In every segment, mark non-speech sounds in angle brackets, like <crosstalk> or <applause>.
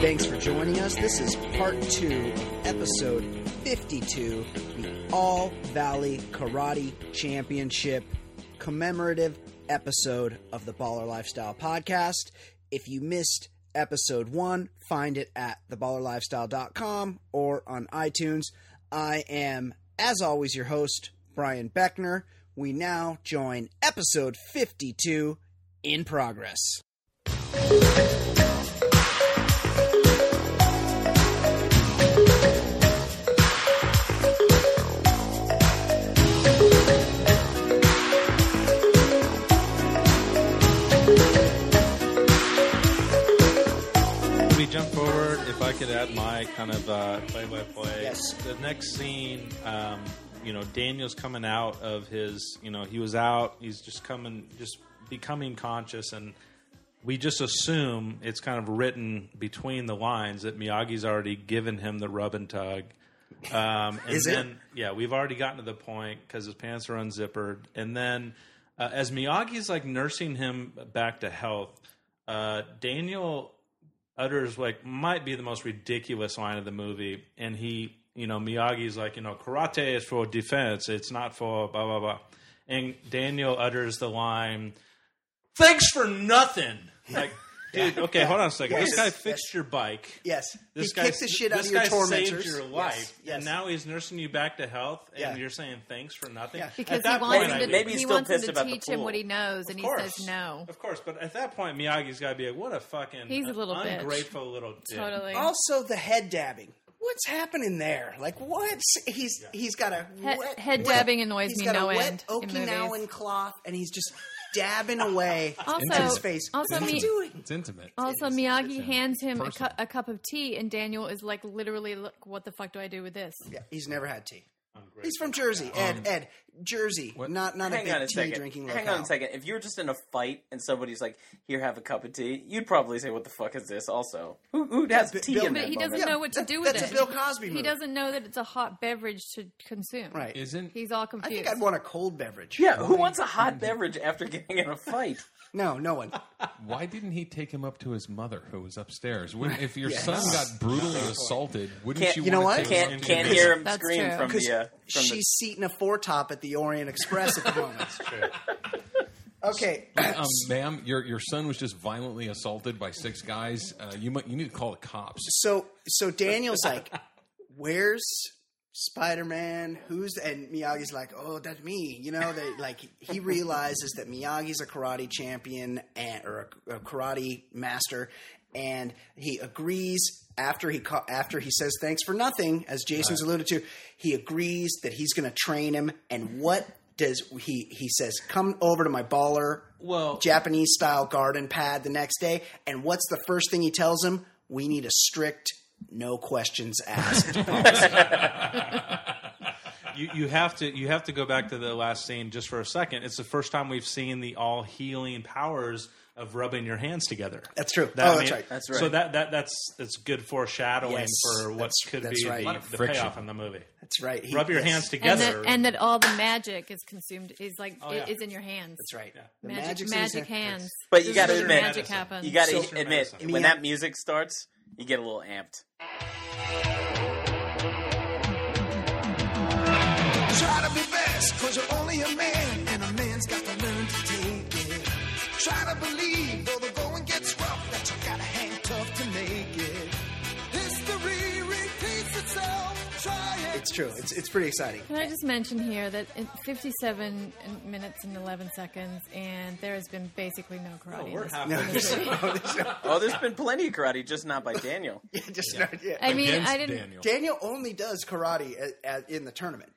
Thanks for joining us. This is part two of episode 52, the All Valley Karate Championship commemorative episode of the Baller Lifestyle Podcast. If you missed episode one, find it at theballerlifestyle.com or on iTunes. I am, as always, your host, Brian Beckner. We now join episode 52 in progress. we jump forward, if I could add my kind of uh, play-by-play. Yes. The next scene, um, you know, Daniel's coming out of his. You know, he was out. He's just coming, just becoming conscious, and we just assume it's kind of written between the lines that Miyagi's already given him the rub and tug. Um, and Is it? then, yeah, we've already gotten to the point because his pants are unzippered, and then uh, as Miyagi's like nursing him back to health, uh, Daniel utters like might be the most ridiculous line of the movie, and he, you know, Miyagi's like, you know, karate is for defense, it's not for blah blah blah, and Daniel utters the line, "Thanks for nothing." <laughs> Like, dude, okay, hold on a second. Yes. This guy fixed your bike. Yes. This he guy, kicked the shit out this of your guy tormentors. saved your Yes, life, yes. and now he's nursing you back to health, and Yeah. you're saying thanks for nothing. Yeah. At because he that wants point, him I to, do. Maybe he's he still wants him pissed to about the teach him pool. what he knows, and Of he course. says no. Of course, but at that point, Miyagi's got to be like, "What a fucking He's a little bitch. ungrateful little dick. Totally. Also, the head dabbing. What's happening there? Like, what's he's he's got a He- wet, head wet- dabbing annoys he's me got no a end wet in movies. Okinawan cloth, and he's just dabbing away <laughs> Also- at his face. also What's me- he doing? It's intimate. Also, Miyagi hands him a, personal. cu- a cup of tea, and Daniel is like, literally, look, what the fuck do I do with this? Yeah, he's never had tea. He's from Jersey, Ed. Ed, Jersey, not not a Hang big on a tea second. drinking locale. Hang on a second. If you were just in a fight and somebody's like, "Here, have a cup of tea," you'd probably say, "What the fuck is this?" Also, who, who has but tea Bill- in But that But he moment? doesn't Yeah, know what to that- do with that's a it. Bill Cosby He movie. doesn't know that it's a hot beverage to consume. Right. Isn't He's all I confused. think I'd want a cold beverage. Yeah, who wants a hot beverage after getting in <laughs> a fight? No, no <laughs> one. why didn't he take him up to his mother who was upstairs? Wouldn't, if <laughs> your son got brutally assaulted, wouldn't Can't- you? you know wanna what? take him Can't into can't the- hear him That's scream true. from Because the uh, from she's seating a four top at the Orient Express at the moment. Okay, <laughs> Um, ma'am, your your son was just violently assaulted by six guys. Uh, you mu- you need to call the cops. so so Daniel's like, "Where's Spider Man? Who's?" And Miyagi's like, "Oh, that's me." You know, they like he realizes that Miyagi's a karate champion and or a, a karate master, and he agrees. After he ca- after he says thanks for nothing, as Jason's alluded to, he agrees that he's going to train him. And what does he he says? Come over to my baller Well, Japanese style garden pad the next day. And what's the first thing he tells him? We need a strict, no questions asked. you, you have to you have to go back to the last scene just for a second. It's the first time we've seen the all healing powers of rubbing your hands together. That's true. That- oh, I that's mean, right. That's right. So that, that that's that's good foreshadowing Yes, for what that's- could that's be right. A lot the, the friction. payoff in the movie. That's right. He- Rub your yes. hands and together. that, and that all the magic is consumed is like Oh, i- yeah. is in your hands. That's right. The Magic, magic's in his magic hands. But This you is gotta where admit- magic Medicine. happens. You gotta Social admit, medicine. when Yeah. that music starts, you get a little amped. Try to be best, cause you're only a man, and a man's got to learn to take it. Try to believe, though the going gets rough, that you gotta hang tough to make it. History repeats itself, try it. It's true. It's it's pretty exciting. Can I just mention here that in 57 minutes and 11 seconds, and there has been basically <laughs> no Oh, karate. in we're this. <laughs> halfway. <laughs> <laughs> Oh, there's been plenty of karate, just not by Daniel. Just <laughs> yeah. I mean, Against I didn't. Daniel. Daniel only does karate at, at, in the tournament.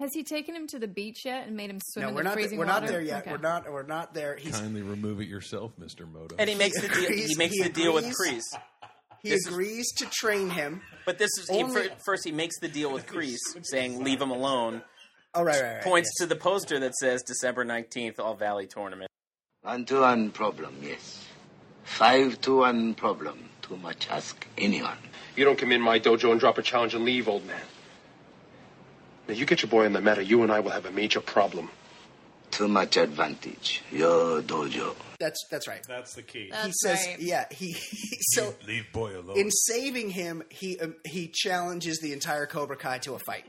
Has he taken him to the beach yet and made him swim No, in we're the not. freezing We're water? not there yet. Okay. We're not. We're not there. He's, Kindly remove it yourself, Mr. Moto. And he makes the deal. He agrees- makes he the deal with agrees. Crease. he agrees to train him. But this is he, Only- fir- first he makes the deal <laughs> with Crease, saying leave him alone. Oh right, right, right. Points to the poster that says December nineteenth, All Valley Tournament. One to one problem, yes. Five to one problem. Too much ask anyone. You don't come in my dojo and drop a challenge and leave, old man. Now you get your boy on the matter, you and I will have a major problem. Too much advantage. Your dojo. That's that's right. That's the key. he That's says, right. yeah. He, he- so Leave boy alone. in saving him, he um, he challenges the entire Cobra Kai to a fight.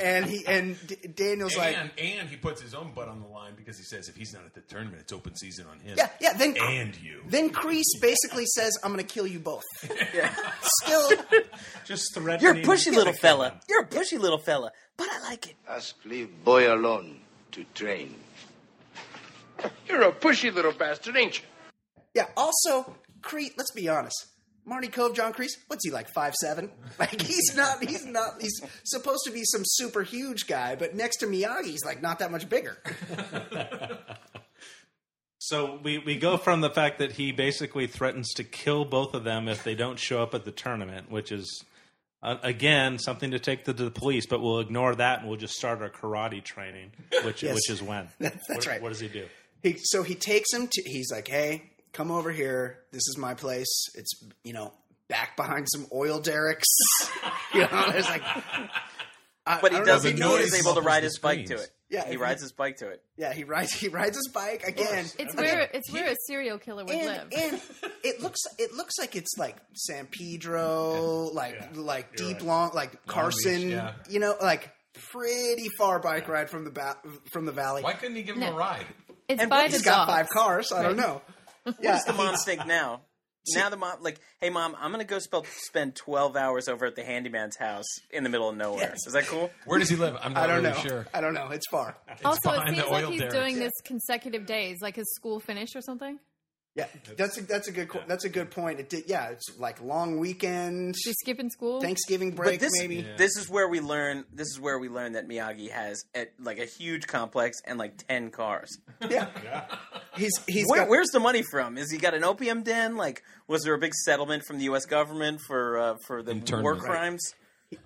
and he and D- Daniel's like, and, and he puts his own butt on the line because he says if he's not at the tournament, it's open season on him. yeah, yeah. Then And you. Then Crease basically says, "I'm going to kill you <laughs> both." Still, Just threatening. You're a pushy little fella. You're a pushy little fella. But I like it. Ask leave boy alone to train. You're a pushy little bastard, ain't you? yeah. Also, Crease. Let's be honest. Marty Cove, John Crease. What's he like? Five seven? <laughs> Like he's not. He's not. He's supposed to be some super huge guy, but next to Miyagi, he's like not that much bigger. So we, we go from the fact that he basically threatens to kill both of them if they don't show up at the tournament, which is uh, again something to take to the police. But we'll ignore that and we'll just start our karate training, <laughs> which Yes. which is when. That's what, right. What does he do? He, so he takes him to. He's like, "Hey, come over here. This is my place. It's you know back behind some oil derricks. <laughs> you know, there's like." I- But I he don't know if doesn't. He noticed. is able to Muffles ride his the bike to screams. it. Yeah, he if rides he- his bike to it. Yeah, he rides. <laughs> He rides his bike again. It's where it's where a serial killer would live. and, and it looks it looks like it's like San Pedro, like like deep long, like Carson. yeah. You know, like pretty far bike ride from the ba- from the valley. Why couldn't he give him No. a ride? It's by He's the got dogs. five cars. I don't know. Yeah, What's the moms think now? Now the mom, like, hey mom, I'm gonna go spell, spend 12 hours over at the handyman's house in the middle of nowhere. Is that <laughs> cool? Where does he live? <laughs> I'm not I don't really know. sure. I don't know. It's far. Also, it behind seems the like oil he's derricks. doing this consecutive days, like his school finish or something. Yeah, <laughs> that's a, that's a good co- that's a good point. It did, yeah, it's like long weekend, Is he skipping school? Thanksgiving But break, this, <laughs> maybe. this is where we learn. This is where we learn that Miyagi has a, like a huge complex and like 10 cars. Yeah, he's he's Where, got- where's the money from? Is he got an opium den? Like, was there a big settlement from the U.S. government for uh, for the war Internment. Right. crimes?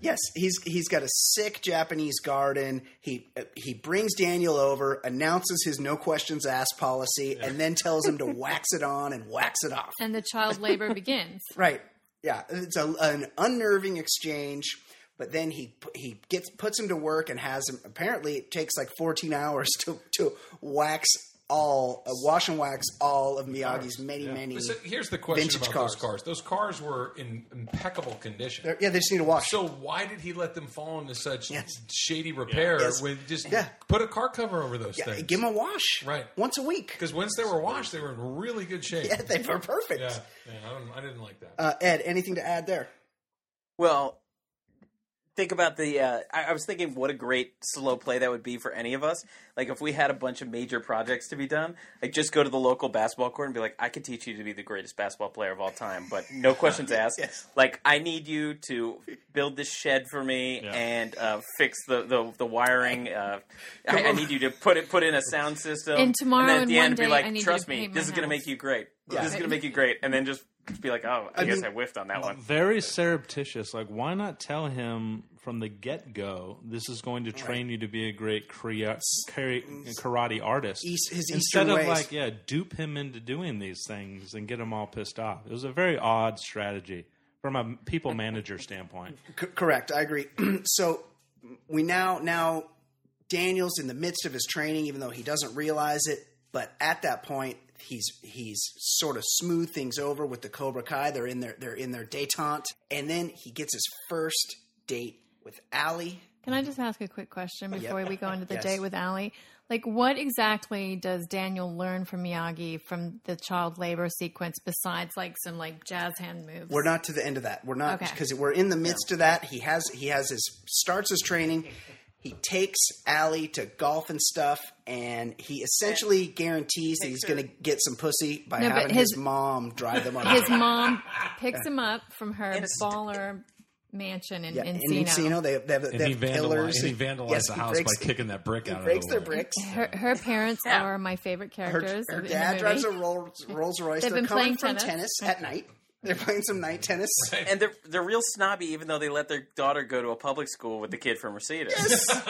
Yes, he's he's got a sick Japanese garden. He uh, he brings Daniel over, announces his no questions asked policy, and then tells him to <laughs> wax it on and wax it off. and the child labor begins. Right? Yeah, it's a, an unnerving exchange. But then he pu- he gets puts him to work and has him. Apparently, it takes like fourteen hours to to wax all uh, wash and wax all of Miyagi's many many. So here's the question vintage about cars. those cars. Those cars were in impeccable condition. Yeah, they just need to wash. so why did he let them fall into such Yes. shady repair Yes. with just Yeah. put a car cover over those yeah, things? give him a wash. Right. Once a week. Because once they were washed, they were in really good shape. <laughs> Yeah, they were perfect. yeah, yeah, I, don't, I didn't like that. Uh, Ed, anything to add there? Well, think about the. Uh, I, I was thinking, what a great slow play that would be for any of us. Like, if we had a bunch of major projects to be done, like just go to the local basketball court and be like, "I could teach you to be the greatest basketball player of all time," but no questions asked. Like, I need you to build this shed for me and uh, fix the the, the wiring. Uh, I, I need you to put it put in a sound system. And tomorrow then at and the one end, be day, like, I need you "Trust to me, paint this my is going to house." make you great. Yeah. This is going to make you great," and then just be like, "Oh, I, I guess mean- I whiffed on that one." Very surreptitious. Like, why not tell him from the get go? This is going to train you to be a great kara- kara- karate artist. East- his Instead Eastern of ways. like, yeah, dupe him into doing these things and get him all pissed off. It was a very odd strategy from a people manager standpoint. C- correct. I agree. <clears throat> so we now now Daniel's in the midst of his training, even though he doesn't realize it. But at that point, he's he's sort of smooth things over with the Cobra Kai. They're in their they're in their détente, and then he gets his first date with Allie. Can I just ask a quick question before Yep. we go into the Yes. date with Allie? Like, what exactly does Daniel learn from Miyagi from the child labor sequence besides like some like jazz hand moves? We're not to the end of that. We're not Okay. because we're in the midst of that. He has he has his starts his training. He takes Allie to golf and stuff, and he essentially guarantees that he's going to get some pussy by No, but having his, his- mom drive them on <laughs> <laughs> His date. mom picks him up from her baller mansion in, Yeah, in Encino. Encino, they, they have, they And he have pillars. vandalized, and he vandalized Yes, the he house breaks by kicking that brick He out breaks of the their way. bricks. Her, her parents are my favorite Her, characters. her of- in the dad movie. drives a Rolls, Rolls Royce. They've They're been coming playing from tennis. tennis. at night. They're playing some night tennis. And they're they're real snobby, even though they let their daughter go to a public school with the kid from Mercedes.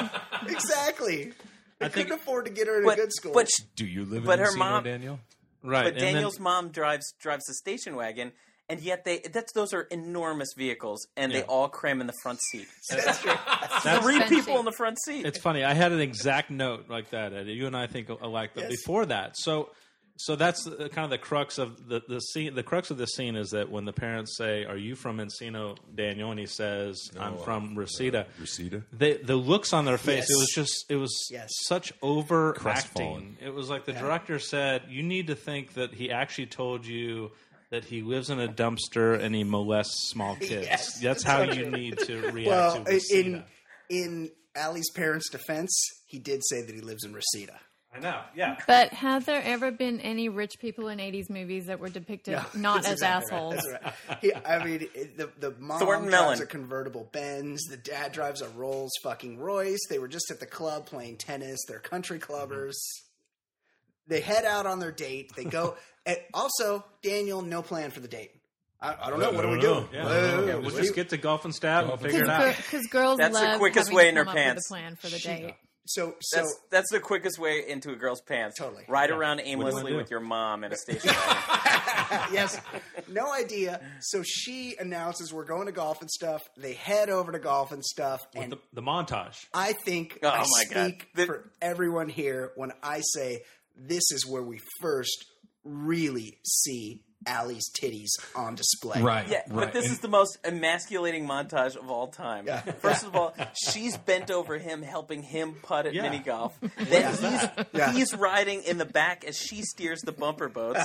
<laughs> <laughs> exactly. They couldn't afford to get her in a but good school. <laughs> but sh- Do you live But in her Encino, mom- Daniel? Right. but and then- Daniel's mom drives drives the station wagon, and yet they that's those are enormous vehicles, and they Yeah. all cram in the front seat. That's true. That's- Three Fancy. people in the front seat. It's funny. I had an exact note like that. Eddie. You and I think alike. But before that, so so that's the, kind of the crux of the the scene. The crux of the scene is that when the parents say, "Are you from Encino, Daniel?" and he says, "I'm from Reseda." Reseda? They, the looks on their face. Yes. It was just. It was Yes. such overacting. Crestfallen. It was like the director said, "You need to think that he actually told you." That he lives in a dumpster and he molests small <laughs> kids. Yes. That's how you need to react well, to i- Reseda. in in Allie's parents' defense, he did say that he lives in Reseda. I know. Yeah. But have there ever been any rich people in 80s movies that were depicted not as assholes? That's right. He, I mean, it- the the mom Thornton drives Mellon. a convertible Benz. The dad drives a Rolls fucking Royce. They were just at the club playing tennis. They're country Mm-hmm. clubbers. They head out on their date. They <laughs> go. and also, Daniel, no plan for the date. I, I don't know. What are we don't know. doing? Yeah, Wait, wait, wait, wait, yeah, we'll what just do you- get to golf and stab Golf and and figure it stab. <laughs> out. Because girls That's the love quickest having way to in her come up with a pants. plan for the date. so so That's that's the quickest way into a girl's pants. Totally. Ride around wanna aimlessly do? with your mom at a station. <laughs> wagon. yes. No idea. So she announces we're going to golf and stuff. They head over to golf and stuff. And The, the montage. I think Oh I my God. speak The- for everyone here when I say this is where we first really see Allie's titties on display. Right. Yeah, right. but this And- is the most emasculating montage of all time. Yeah. First of all, she's bent over him, helping him putt at Yeah. <laughs> mini golf. Then he's, Yeah. he's riding in the back as she steers the <laughs> bumper boats.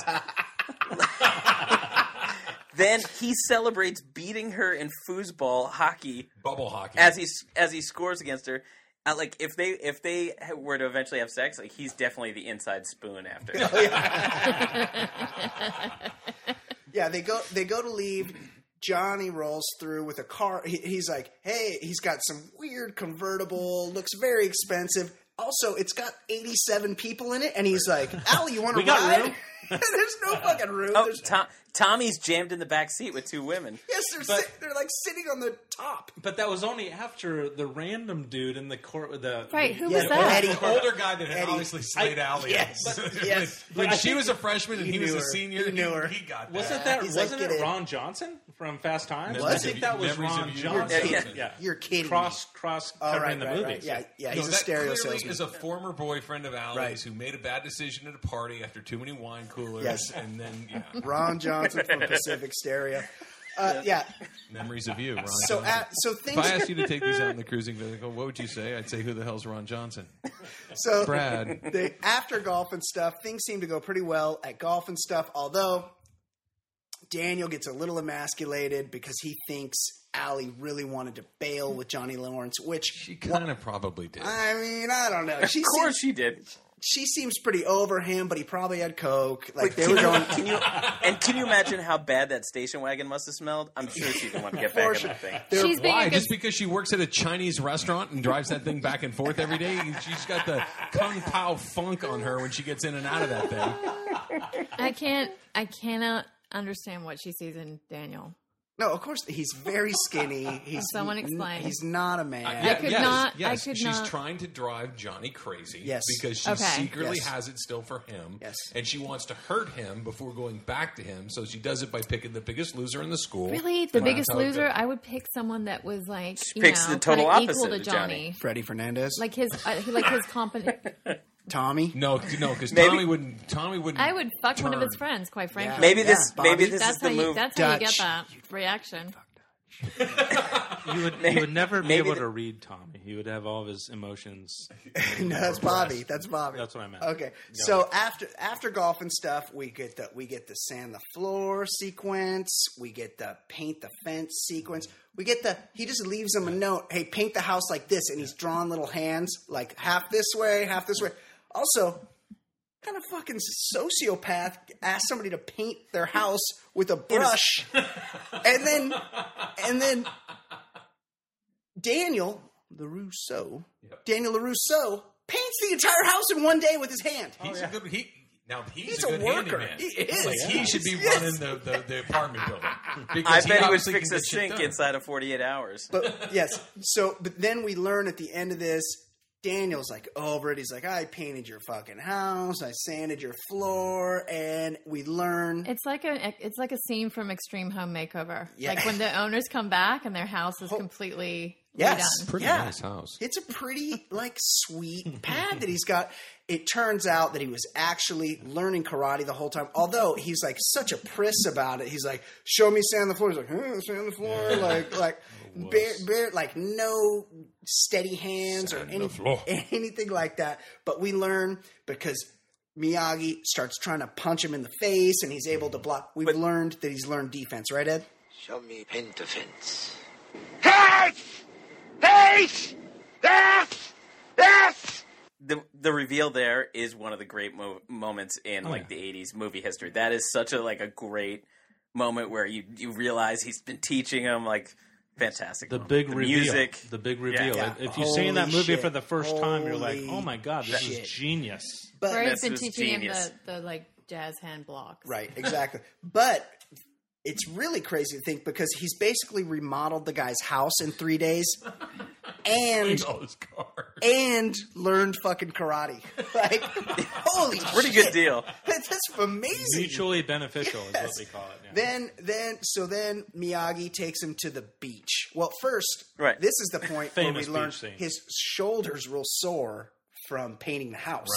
then he celebrates beating her in foosball hockey bubble hockey. as he as he scores against her. Uh, like if they if they were to eventually have sex, like he's definitely the inside <laughs> spoon after. Yeah, they go they go to leave. Johnny rolls through with a car. He, he's like, "Hey, he's got some weird convertible. Looks very expensive. Also, it's got 87 people in it." And he's like, "Allie, you want to We got ride?" room. <laughs> There's <laughs> no fucking room. Oh, There's Tom, Tommy's jammed in the back seat with two women. Yes, they're sit, they're like sitting on the top. But that was only after the random dude in the court. The Right, who the- was that? Eddie, the older guy that had Eddie. obviously slayed Allie. Oh, <laughs> yes, yes. <laughs> when <laughs> But I she think was a freshman and he he, was knew a her. senior, He knew her. He got Wasn't that He's like, wasn't "Get it in." Ron Johnson from Fast Times? Was I it? think that was Memories of Ron you. Johnson. Yeah, Yeah, yeah. You're kidding me. Cross cross Oh, right, covering the right, movies. right. Yeah, yeah. No, He's a that stereo clearly salesman. is a former boyfriend of Allie's Right. who made a bad decision at a party after too many wine coolers, Yes. and then yeah, Ron Johnson <laughs> from Pacific Stereo. Uh, yeah. memories of you, Ron. So uh, Johnson. at, so if I things asked you to take these out in the cruising vehicle, what would you say? I'd say, "Who the hell's Ron Johnson?" <laughs> so Brad. they, after golf and stuff, things seem to go pretty well at golf and stuff. Although Daniel gets a little emasculated because he thinks Allie really wanted to bail with Johnny Lawrence, which She kind of probably did. I mean, I don't know. She Of course seems, she did. she seems pretty over him, but he probably had coke. Like Wait, they <laughs> can were you- going. Can you and can you imagine how bad that station wagon must have smelled? I'm sure she didn't want to get back in that thing. They're- She's being Why? a good Just because she works at a Chinese restaurant and drives that thing back and forth every day? She's got the kung pao funk on her when she gets in and out of that thing. I can't. I cannot understand what she sees in Daniel. No, of course he's very skinny. He's Someone n- explain. He's not a man. I could not- I Yes, could she's not- trying to drive Johnny crazy. Yes. because she Okay. secretly Yes. has it still for him. Yes. and she wants to hurt him before going back to him. So she does it by picking the biggest loser in the school. Really, the Wow. biggest That's how it loser. goes. I would pick someone that was like you picks know, the total kinda opposite equal to of Johnny. Johnny. Freddie Fernandez, Like his, uh, he, like his <laughs> competent. Tommy. No, no, because Maybe- Tommy wouldn't. Tommy <laughs> wouldn't. I would fuck one of his turn. friends, quite frankly. Maybe Yeah, this. Bobby. Maybe this that's is the how you, move. that's how you get Dutch. that reaction. You would, you would never be maybe able the- to read Tommy. He would have all of his emotions. <laughs> no, that's Bobby. That's Bobby. That's what I meant. Okay, so after after golf and stuff, we get the we get the sand the floor sequence. We get the paint the fence sequence. We get the he just leaves him a note. Hey, paint the house like this, and he's drawn little hands like half this way, half this way. Also, what kind of fucking sociopath asked somebody to paint their house with a brush, and then and then Daniel LaRusso, Daniel LaRusso paints the entire house in one day with his hand. He's a good. He, now he's, He's a a good worker. handyman. He is. Like, he should be Yes. running the, the, the apartment building. I Because bet he would obviously fix can a get shit sink done. inside of 48 hours. But <laughs> yes, so but then we learn at the end of this, Daniel's like over it. He's like, I painted your fucking house, I sanded your floor, and we learn It's like a it's like a scene from Extreme Home Makeover. Yeah. Oh. Like <laughs> when the owners come back and their house is completely Yes. redone. Pretty Yeah. nice house. It's a pretty like sweet pad that he's got. It turns out that he was actually learning karate the whole time. Although he's like such a priss about it. He's like, "Show me sand on the floor." He's like, huh, "Sand on the floor," like like bare, bare, like no steady hands or any, <laughs> anything like that. But we learn because Miyagi starts trying to punch him in the face, and he's able to block. We've learned that he's learned defense, right, Ed? Show me paint the fence. The the reveal there is one of the great mo- moments in like the 80s movie history. That is such a like a great moment where you you realize he's been teaching him like fantastic. The moment. big the reveal. music. The big reveal. Yeah. If you've seen that Holy movie shit. for the first time, you're like, Holy oh my God, this shit. <laughs> is genius. But Ray's That's been just teaching genius. him the, the like jazz hand blocks. Right, exactly. but it's really crazy to think because he's basically remodeled the guy's house in three days <laughs> and Oh. All his cars. and learned fucking karate. <laughs> Like holy Pretty shit. good deal. That's amazing. Mutually beneficial is what they call it. now. Then then so then Miyagi takes him to the beach. Well first Right. this is the point where we Famous beach learn scene. his shoulders will sore from painting the house.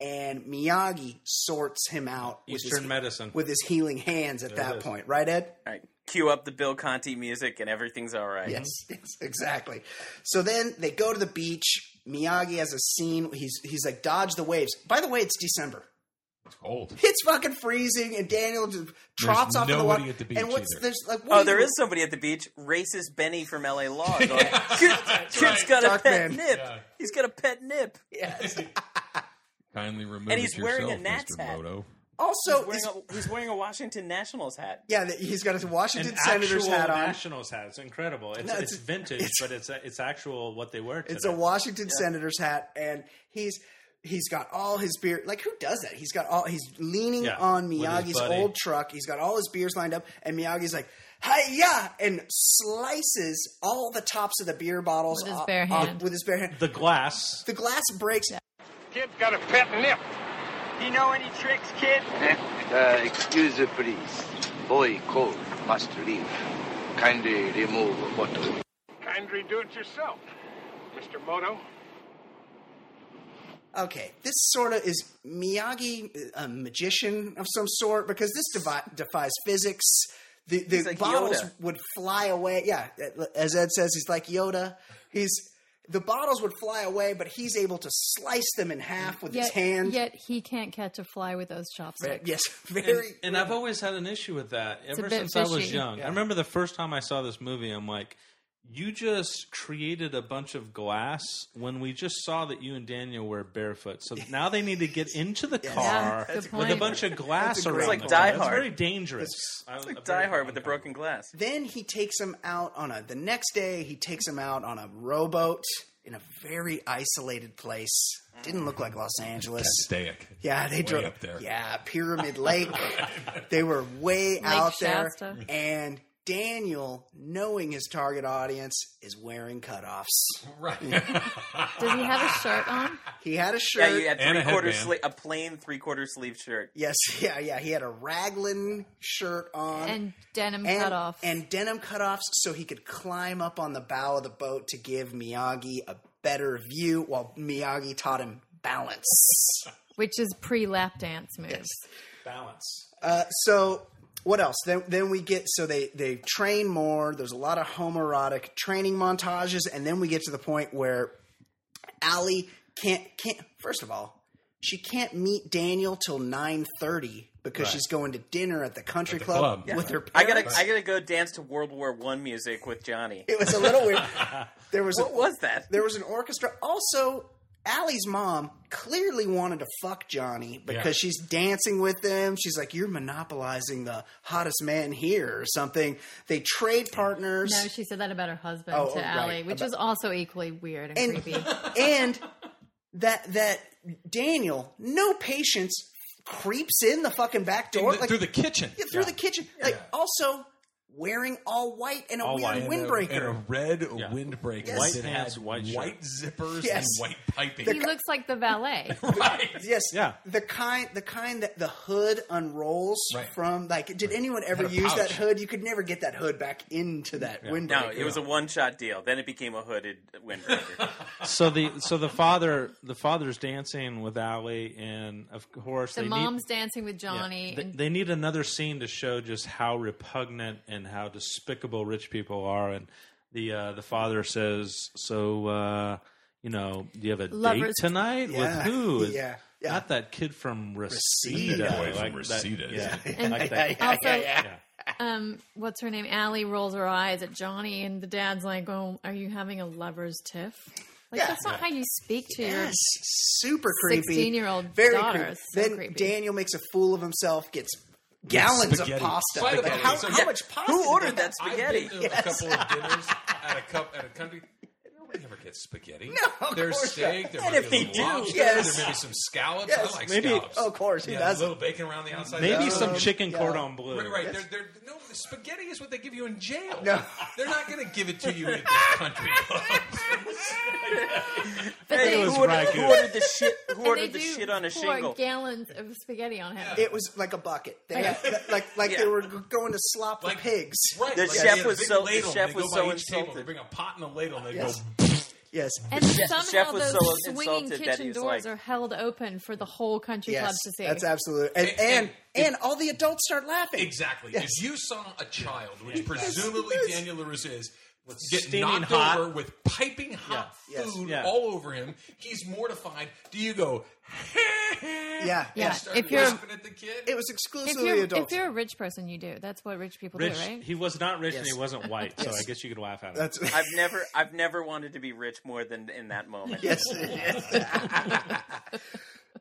And Miyagi sorts him out with Eastern his, medicine. with his healing hands at There it that is. point, right, Ed? All right. Cue up the Bill Conti music and everything's all right. Yes, <laughs> yes, exactly. So then they go to the beach. Miyagi has a scene. He's he's like dodge the waves. By the way, it's December. It's cold. It's fucking freezing, and Daniel just trots off to the nobody water. at the and beach what's either. there's like? What Oh, do you- there is somebody at the beach. Racist Benny from L.A. <laughs> Law. Going, Kid, has got Dark a pet man. nip. Yeah. He's got a pet nip. Kindly remove And it he's wearing a yourself, Nats Mr. hat. Moto. also Oh, He's wearing, this- a, he's wearing a Washington Nationals hat. yeah. that- He's got his An Washington Senators actual hat on. Nationals hat. It's incredible. It's, No, it's- it's, vintage, it's- but it's it's actual what they wear today. It's a Washington Senators hat, and he's he's got all his beer. Like who does that? He's got all. He's leaning Yeah, on with his Miyagi's buddy. old truck. He's got all his beers lined up, and Miyagi's like, "Hi yeah," and slices all the tops of the beer bottles With his off- bare off- hand. with his bare hand. The glass. The glass breaks. Kid's got a pet nip. You know any tricks, kid? Uh, excuse the please. Boy cold must leave. Kindly remove bottle. Kindly do it yourself, Mr. Moto. Okay, this sort of is Miyagi a magician of some sort because this devi- defies physics. The, the He's like bottles Yoda. would fly away. Yeah, as Ed says, he's like Yoda. He's the bottles would fly away, but he's able to slice them in half with his Yet, hand. yet he can't catch a fly with those chopsticks. Yes, And, very. and I've always had an issue with that ever bit since I was fishy. young. I remember the first time I saw this movie, I'm like, you just created a bunch of glass when we just saw that you and Daniel were barefoot. So now they need to get into the car that's a good with a point. bunch of glass That's a around. great It's like them. Die That's Hard. very dangerous. I- Like I'm Die very Hard with the uncomfortable. broken glass. then he takes him out on a. The next day, he takes him out on a rowboat in a very isolated place. Didn't look like Los Angeles. Staic. Yeah, they Way drove up there. <laughs> Yeah, Pyramid Lake. they were way out there, Shasta. and Daniel, knowing his target audience, is wearing cutoffs. Right. Does he have a <laughs> shirt on? He had a shirt. Yeah, you had And a three quarter headband. sleeve, a plain three quarter sleeve shirt. Yes, yeah, yeah. He had a raglan shirt on And denim Um, and, cut off. and denim cutoffs so he could climb up on the bow of the boat to give Miyagi a better view while Miyagi taught him balance. which is pre lap dance moves. Balance. Uh, so what else? Then then we get so they they train more. There's a lot of homoerotic training montages, and then we get to the point where Allie can't can't. First of all, she can't meet Daniel till nine thirty because she's going to dinner at the country the club, club. with her parents. I gotta, I gotta go dance to World War One music with Johnny. it was a little <laughs> weird. There was What a, was that? there was an orchestra. Also, Allie's mom clearly wanted to fuck Johnny because Yeah. she's dancing with him. She's like, "You're monopolizing the hottest man here," or something. They trade partners. No, she said that about her husband Oh, to oh, right. Allie, which About- is also equally weird and, And- <laughs> creepy. <laughs> and that that Daniel, no patience, creeps in the fucking back door Through the- like through the kitchen. yeah, through the kitchen. Like also wearing all white and a All weird white. And a- windbreaker. And a, red windbreaker. Yes. White that pants, had white shirt. zippers, Yes. and white piping. he looks like <laughs> the valet. right. Yes. Yeah. The kind, the kind that the hood unrolls Right. from. Like, did anyone ever Had a use that pouch. hood? You could never get that hood back into that window. No, it was a one shot deal. Then it became a hooded <laughs> windbreaker. So the so the father the father's dancing with Allie, and of course The they mom's need, dancing with Johnny. They, and they need another scene to show just how repugnant and how despicable rich people are. And the uh, the father says, "So, uh, you know, do you have a date Lovers- tonight Yeah. with who? And Yeah. Yeah. Not that kid from Reseda. Reseda. The boy from like that- Reseda is- <laughs> yeah, like that. also, yeah. <laughs> um, what's her name? Allie rolls her eyes at Johnny, and the dad's like, "Oh, are you having a lover's tiff?" Like Yeah. that's not how you speak to your Yes, super creepy. 16-year-old Very daughter creepy. is so then creepy. Daniel makes a fool of himself, gets gallons of spaghetti. pasta. By the Like, way, how, so- how Yeah. much pasta? Who did ordered they- that I've spaghetti? been to a couple of <laughs> dinners at a cup at a country. Nobody ever gets spaghetti. No, of there's course steak. not. There And might if be a they little do, lobster, yes. there may be some scallops. Yes. I like Maybe- scallops. oh, of course, who yeah, doesn't? A little bacon around the outside. Maybe Yeah. some chicken yeah. cordon bleu. Right, right. They're, they're, no, the spaghetti is what they give you in jail. No, they're not going to give it to you at this country <laughs> club. But Hey, they, who, ordered, ragu. who <laughs> ordered the shit? Who and they ordered the do shit on a pour shingle? gallons of spaghetti on him. It was like a bucket. They had, like like they Yeah. were going to slop the pigs. Right. The like chef they had a was big so- the ladle and chef they was go by so each table, They insulted. bring a pot and a ladle and they Yes. go. Yes. And chef somehow was those so swinging insulted that he kitchen was doors like- are held open for the whole country Yes. club to see. That's absolutely. And and, and, and- all the adults start laughing. Exactly. If you saw a child, which presumably Daniel LaRusse is, get Steaming knocked hot. over with piping hot Yeah. Yes. food Yeah. all over him, he's mortified. Do you go, <laughs> Yeah. Yeah. and start If you're- laughing at the kid? It was if exclusively you're if adults. you're a rich person, you do. That's what rich people Rich. do, right? He was not rich and Yes. he wasn't white, so I Yes. guess you could laugh at it. That's <laughs> I've never, I've never wanted to be rich more than in that moment. yes. yes. <laughs>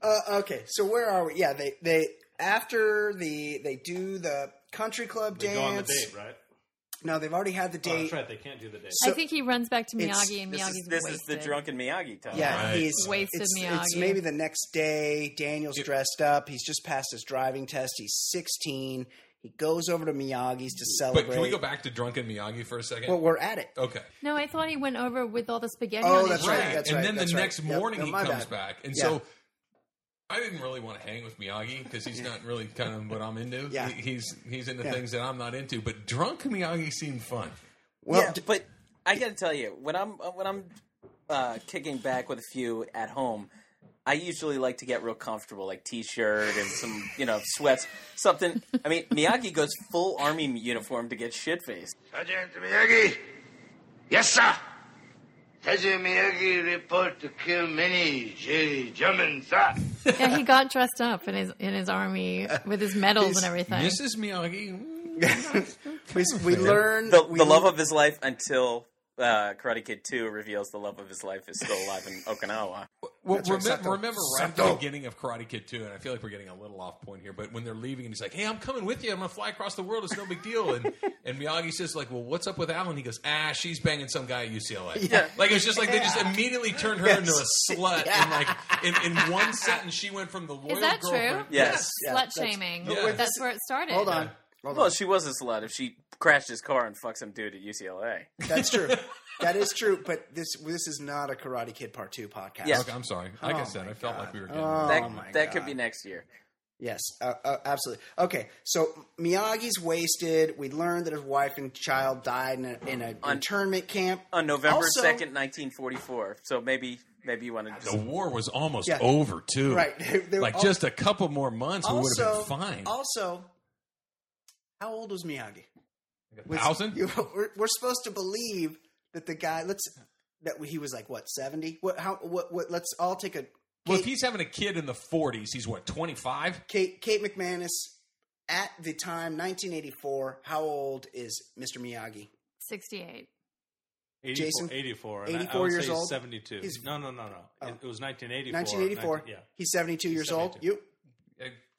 uh, okay, so where are we? Yeah, they they after the they do the country club they dance. go on the date, right? No, they've already had the Oh, date. that's right. They can't do the date. I think he runs back to It's- Miyagi, and This Miyagi's is this wasted. is the drunken Miyagi time. Yeah, Right. he's Wasted it's, It's Miyagi. maybe the next day. Daniel's dressed up. He's just passed his driving test. He's 16. He goes over to Miyagi's to celebrate. But can we go back to Drunken Miyagi for a second? Well, we're at it. okay. No, I thought he went over with all the spaghetti. Oh, on that's his right, shirt. that's and right, then that's the right. next Yep, morning no, he my comes bad. back. And Yeah. so I didn't really want to hang with Miyagi because he's not really kind of what I'm into. Yeah. He- he's he's into things that I'm not into. But drunk Miyagi seemed fun. Well, yeah, but I got to tell you, when I'm when I'm uh, kicking back with a few at home, I usually like to get real comfortable, like t-shirt and some you know sweats, something. I mean, Miyagi goes full army uniform to get shit faced. Sergeant Miyagi. Yes, sir. Sergeant Miyagi report to kill many J. German, sir. Yeah, he got dressed up in his in his army with his medals and everything. Mrs. Miyagi. mm, we, <laughs> we learn The, we, the love of his life until uh, Karate Kid Two reveals the love of his life is still alive in Okinawa. Well, That's right, remem- Sato. remember right at Sato. the beginning of Karate Kid 2, and I feel like we're getting a little off point here, but when they're leaving and he's like, hey, I'm coming with you. I'm going to fly across the world. It's no big deal. <laughs> And, and Miyagi says, like, well, what's up with Alan? He goes, ah, she's banging some guy at UCLA. Yeah. Like, it's just like they just immediately turned her into a Yes. <laughs> slut. And, like, in, in one sentence, she went from the loyal that true? girlfriend. Yes. Yeah, Slut that's- shaming. Yeah. That's where it started. Hold on. well, she was a slut if she crashed his car and fucked some dude at UCLA. That's <laughs> true. that is true. But this this is not a Karate Kid Part Two podcast. Yes. Okay, I'm sorry. Like I Oh said, my I felt God. like we were getting. Oh that my that could God. be next year. Yes, uh, uh, absolutely. Okay, so Miyagi's wasted. We learned that his wife and child died in a, in a On- internment camp. on November Also- second, nineteen forty four. So maybe maybe you want to The war was almost Yeah. over too. Right. <laughs> They- they were like all- just a couple more months, we would have been fine. Also, how old was Miyagi? a thousand? You- <laughs> we're, we're supposed to believe that the guy. Let's that he was like what seventy. What? How? What? What? Let's all take a well, if he's having a kid in the 40s, he's what 25. Kate Kate McManus at the time, nineteen eighty four. How old is Mr. Miyagi? 68. 84, Jason? 84, and I- I 84 would years say old? 72. He's- Oh. no, no, no, no. It, it was 1984. 1984. 19- yeah. He's 72 years old. You,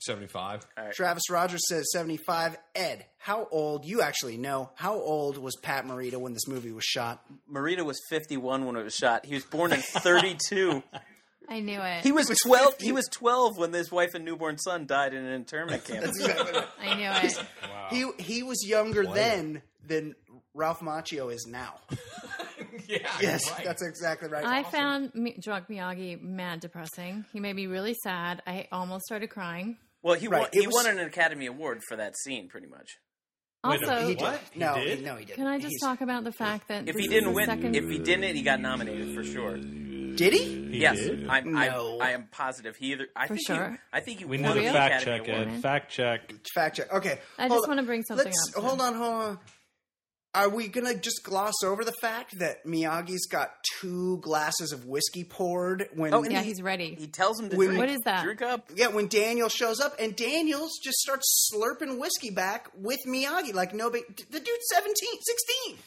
75. Travis Rogers says 75. Ed, how old? You actually know. How old was Pat Morita when this movie was shot? Marita was fifty one when it was shot. He was born <laughs> in thirty two. I knew it. he was twelve he was twelve when his wife and newborn son died in an internment camp. I knew it. He he was younger Player. then than Ralph Macchio is <laughs> now. Yeah. Yes, right. that's exactly right. I found Mi- Drunk Miyagi mad depressing. He made me really sad. I almost started crying. Well he Right, won it he was- won an Academy Award for that scene pretty much. Wait a Also, minute, what? He no, did? he- no, he didn't. can I just He's- talk about the fact that If this he is didn't the win second- if he didn't he got nominated for sure. Did he? He yes. did? I'm No. I, I am positive he either I For think he, sure. I think he We won need Real? to an fact Academy check Award. it. Fact check. Fact check. Okay. I hold just on. wanna bring something Let's, up. Hold on, hold on. Are we going to just gloss over the fact that Miyagi's got two glasses of whiskey poured when Oh, and yeah, he- he's ready. He tells him to When- drink. What is that? Drink up. Yeah, when Daniel shows up and Daniel's just starts slurping whiskey back with Miyagi like no big the dude's 17, 16.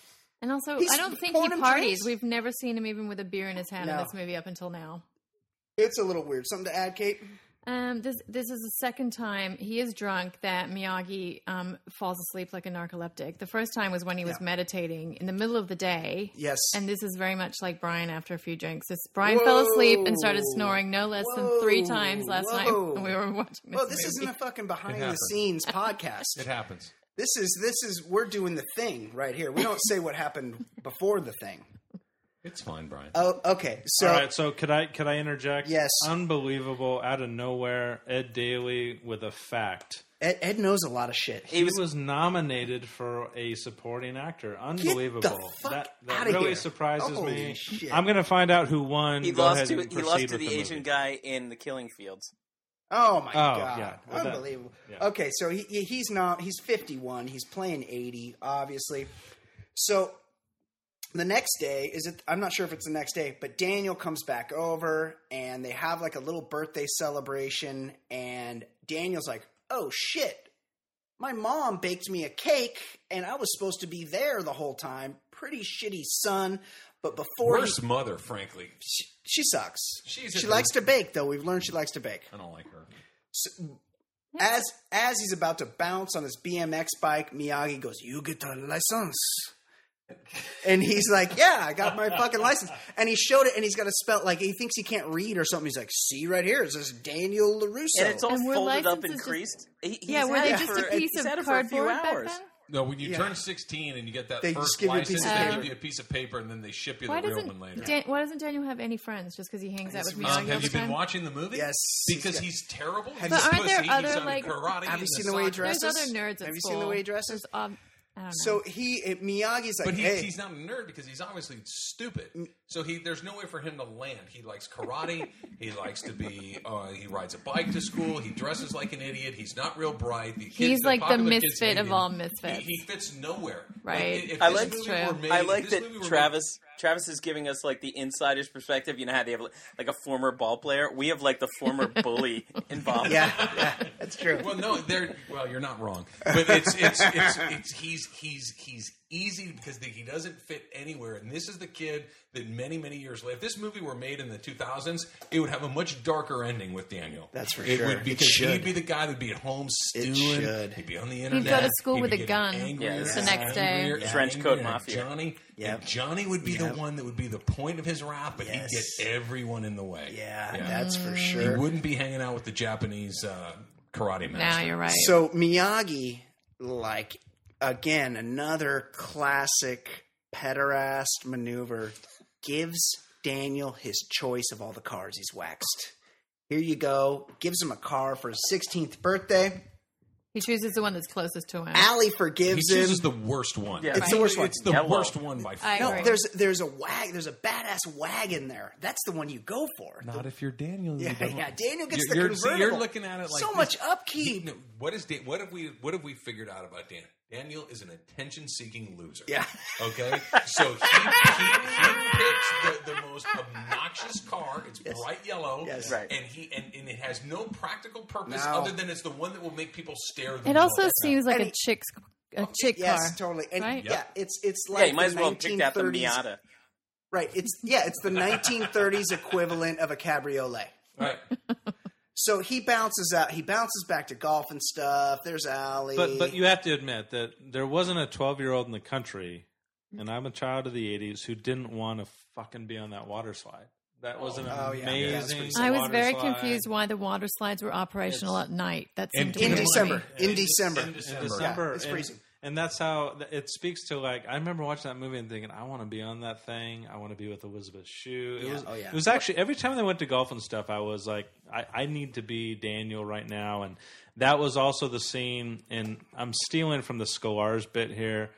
and also, he's I don't think pouring he him parties. drinks. We've never seen him even with a beer in his hand in No. this movie up until now. It's a little weird. Something to add, Kate? Um, this this is the second time he is drunk that Miyagi um, falls asleep like a narcoleptic. The first time was when he was meditating in the middle of the day. Yes. And this is very much like Brian after a few drinks. This Brian fell asleep and started Whoa. snoring no less than three Whoa. times last night Whoa. when we were watching <laughs> this. Well, this movie. isn't a fucking behind the happened. scenes podcast. It happens. This is this is we're doing the thing right here. We don't say what happened before the thing. It's fine, Brian. Oh, okay. So All right, so could I could I interject? Yes. Unbelievable, out of nowhere, Ed Daly with a fact. Ed, Ed knows a lot of shit. He was, nominated for a supporting actor. Unbelievable. fuck that that outta really here. surprises Holy me. shit. I'm gonna find out who won. He Go lost ahead to and he proceed lost to with the, Asian movie. guy in the Killing Fields. Oh my Oh, god! yeah. Well, that- Unbelievable. yeah. Okay, so he, he- he's not he's fifty one. He's playing eighty, obviously. So the next day is it? I'm not sure if it's the next day, but Daniel comes back over and they have like a little birthday celebration. And Daniel's like, "Oh shit, my mom baked me a cake, and I was supposed to be there the whole time. Pretty shitty son." But before he- Worst mother, frankly. she, she sucks. She's she a- likes to bake, though. We've learned she likes to bake I don't like her. as as he's about to bounce on his BMX bike, Miyagi goes, "You get the license." And he's like, "Yeah, I got my fucking license." And he showed it, and he's got a spell like he thinks he can't read or something. He's like, "See right here, it says Daniel Larusso." and it's all And were folded up licenses and just- creased. He- he's yeah, were had they it just for- a piece he's of had it for a few cardboard back hours. then? No, when you Yeah. turn 16 and you get that They first just give you a piece license, of they paper. give you a piece of paper and then they ship you Why the real doesn't one later. Dan, why doesn't Daniel have any friends just because he hangs out with Um, Miyagi all have the you been time? watching the movie? Yes. Because He's he's terrible. He's But a aren't there pussy. He's other, on like- karate Have you and seen the way he soccer. dresses? There's other nerds at Have you seen school. the way he dresses? There's ob- I don't know. so he it, Miyagi's like, But he's, "Hey, he's not a nerd because he's obviously stupid. Mm. So he there's no way for him to land. He likes karate. he likes to be. Uh, he rides a bike to school. He dresses like an idiot. He's not real bright. The kids- He's like the popular kids misfit hate of him. all misfits. He, he fits nowhere. Right. Like, if I this like- movie True. were made- I if like this movie that were made- Travis Travis is giving us like the insider's perspective. You know how they have like a former ball player. We have like the <laughs> former bully involved. yeah, yeah, that's true." Well, no, they're well. You're not wrong, but it's it's it's, it's he's he's he's easy because the, he doesn't fit anywhere. And this is the kid that many many years later. If this movie were made in the 2000s, it would have a much darker ending with Daniel. That's for it sure. Would, It because should. he'd be the guy that'd be at home It stewing. should. He'd be on the go internet. to school he'd with be getting a gun angrier Yeah, the and next day. angrier and Trench coat angrier. mafia. Johnny. Yep. and Johnny would be Yep. the one that would be the point of his wrath, but Yes. he'd get everyone in the way. yeah, that's Mm. for sure. He wouldn't be hanging out with the Japanese uh, karate master. now you're right. So Miyagi like again another classic pederast maneuver gives Daniel his choice of all the cars he's waxed. Here you go. Gives him a car for his 16th birthday. He chooses the one that's closest to him. Allie He forgives him. chooses the worst one. Yeah. It's the worst one. It's the Yellow. worst one by I far. no, agree. there's there's a wag, there's a badass wagon there. That's the one you go for. The- Not if you're Daniel. you yeah, don't. yeah. Daniel gets You're- the you're, see, convertible. You're looking at it like so this- much upkeep. You know, what is Dan- what have we what have we figured out about Daniel? Daniel is an attention seeking loser. Yeah. <laughs> Okay. So he, he, he picks the, the most obnoxious car. It's bright yellow. Yes. Right. And he and, and it has no practical purpose No. other than it's the one that will make people stare. it also themselves. seems like And a he- chick's a chick yes, car. totally. And right? yeah, it's it's like yeah, you might the as well have picked out the 1930s Miata. Right. It's yeah, it's the 1930s equivalent of a cabriolet. Right. So he bounces out. He bounces back to golf and stuff. There's Allie. But but you have to admit that there wasn't a 12 year old in the country, and I'm a child of the 80s who didn't want to fucking be on that water slide. That was an Oh, yeah. Yeah, that's amazing. pretty I was water very slide. confused why the water slides were operational at night. That And seemed to in weird to me. December, in It's December, in in December. December. Yeah, it's and, freezing. And that's how it speaks to like I remember watching that movie and thinking I want to be on that thing. I want to be with Elizabeth Shue. It Yeah, was oh, yeah. it was actually every time they went to golf and stuff, I was like I, I need to be Daniel right now. And that was also the scene. And I'm stealing from the Scolars bit here.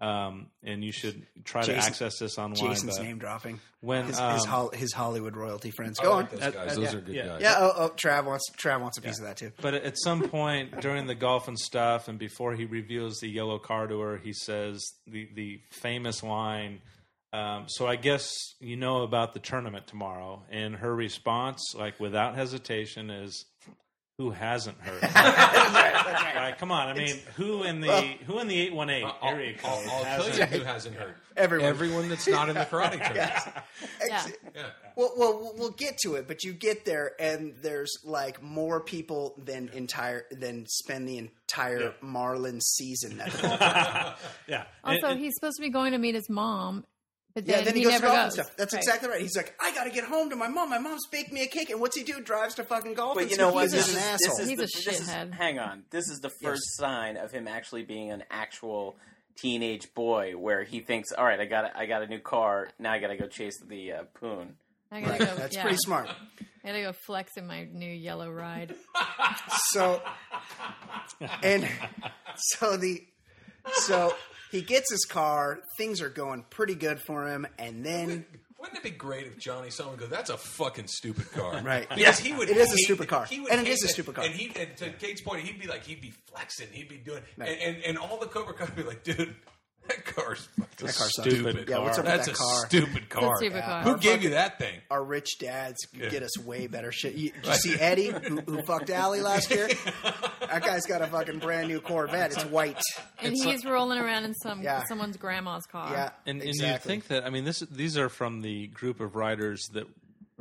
Um, and you should try to Jason- access this online. Jason's but name dropping. When His, um, Oh, his, Hol- his Hollywood royalty friends. I Go on. Uh, like those guys. Those are good yeah. guys. Yeah. Oh, oh. Trav wants. Trav wants a piece of that too. But at some point during the golf and stuff, and before he reveals the yellow car to her, he says the the famous line. Um, so I guess you know about the tournament tomorrow, and her response, like without hesitation, is, "Who hasn't heard?" Like, come on, I mean, who in the who in the eight one eight I'll, area I'll- code I'll hasn't? tell you who hasn't heard. Everyone. Everyone that's not in the karate <laughs> tournament. Yeah. Yeah. Well, well, we'll- we'll get to it, but you get there, and there's like more people than entire than spend the entire Marlin season. <laughs> That yeah. And- Also, and- he's supposed to be going to meet his mom, but then, yeah, then he, he, goes never to golf goes. and stuff. That's Right. exactly right. He's like, I got to get home to my mom. My mom's baked me a cake, and what's he do? Drives to fucking golf. But and you know stuff. what? He's This an is, asshole. this is He's the, a this is- shithead. hang on. This is the first sign of him actually being an actual teenage boy, where he thinks, "All right, I got a, I got a new car. Now I got to go chase the uh, poon." I gotta go, That's yeah. pretty smart. I gotta go flex in my new yellow ride. So, and <laughs> so the so he gets his car. Things are going pretty good for him, and then Wouldn't it be great if Johnny Sullivan goes, "That's a fucking stupid car," <laughs> Right. Yes, he would. It is a hate stupid it. car. He would And it hate is a stupid car. And he, and to Kate's point, he'd be like, he'd be flexing, he'd be doing, and, and and all the Cobra Kai would be like, dude, that car's fucking car sucks. stupid. Yeah, what's up with That's that a car? stupid car. stupid Yeah. car. Who gave you that thing? our rich dads could get us way better shit. You, did you see Eddie, who, who fucked Allie last year? That guy's got a fucking brand new Corvette. It's white. And he's rolling around in some Yeah. someone's grandma's car. Yeah, and, and you exactly. think that I mean this these are from the group of writers that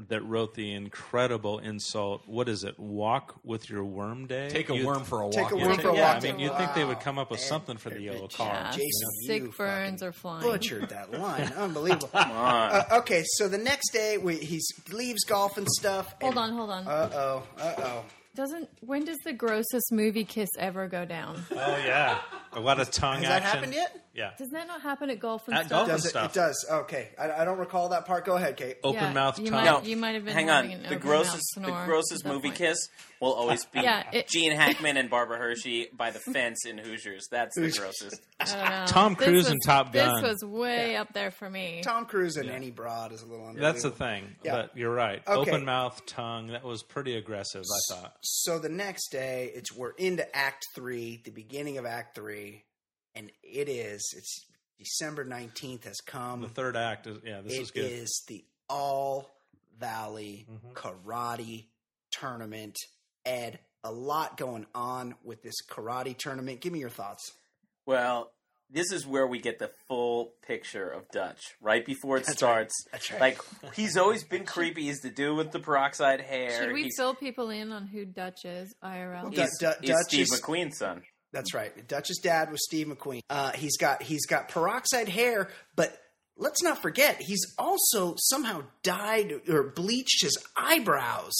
that wrote the incredible insult. What is it? Walk with your worm day. Take a You- worm for a walk. Take a Yeah, worm take- for a yeah, walk. I mean, day. you would think they would Wow. come up with something for the yellow Yeah, car? Jason, you sick burns fucking are flying. butchered that <laughs> line. Unbelievable. Uh, okay, so the next day we, he leaves golf and stuff. Hold on, hold on. Uh oh. Uh oh. Doesn't when does the grossest movie kiss ever <laughs> go down? Oh yeah, a lot of tongue Has that action. happened yet? Yeah, Does that not happen at golf and At golf- stuff? Does it? Stuff. Oh. It does. Okay. I, I don't recall that part. Go ahead, Kate. open Yeah, mouth you tongue. might- you might have been Hang on. having an The open grossest mouth the snore grossest at that movie point. kiss will always be Yeah, it- <laughs> Gene Hackman and Barbara Hershey by the fence in Hoosiers. That's the grossest. Tom This Cruise was- and Top Gun. This was way up there for me. Tom Cruise and any broad is a little unbelievable. That's the thing. Yeah. But you're right. Okay. Open mouth tongue. That was pretty aggressive. I thought. so the next day it's we're into act three the beginning of act three and it is it's december 19th has come The third act is yeah. This It is good. Mm-hmm. is the all valley karate tournament ed a lot going on with this karate tournament give me your thoughts Well, this is where we get the full picture of Dutch right before it That's right. starts. That's right. Like he's always been creepy. He's the dude with the peroxide hair. Should we he's, fill people in on who Dutch is IRL? Du- he's, Du- he's Dutch Steve is- McQueen's son. Mm-hmm. That's right. Dutch's dad was Steve McQueen. Uh, he's got he's got peroxide hair, but let's not forget he's also somehow dyed or bleached his eyebrows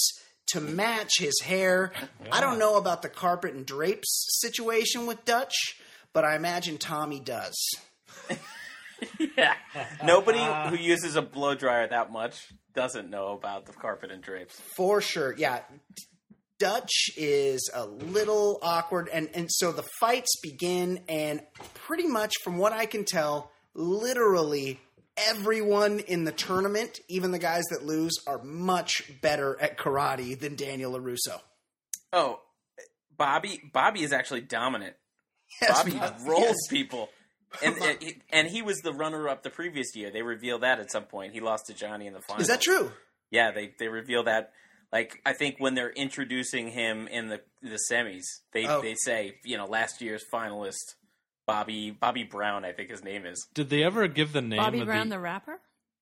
to match his hair. I don't know about the carpet and drapes situation with Dutch, but I imagine Tommy does. Uh, Nobody who uses a blow dryer that much doesn't know about the carpet and drapes. For sure, yeah. Dutch is a little awkward, and and so the fights begin, and pretty much from what I can tell, literally everyone in the tournament, even the guys that lose, are much better at karate than Daniel Larusso. Oh, Bobby! Bobby is actually dominant. Yes, Bobby Bob- rolls yes. people, and and- and he was the runner-up the previous year. They reveal that at some point. He lost to Johnny in the final. Is that true? Yeah, they they reveal that. Like I think when they're introducing him in the the semis, they Oh. they say you know last year's finalist Bobby Bobby Brown, I think his name is. Did they ever give the name Bobby of Brown, the the rapper.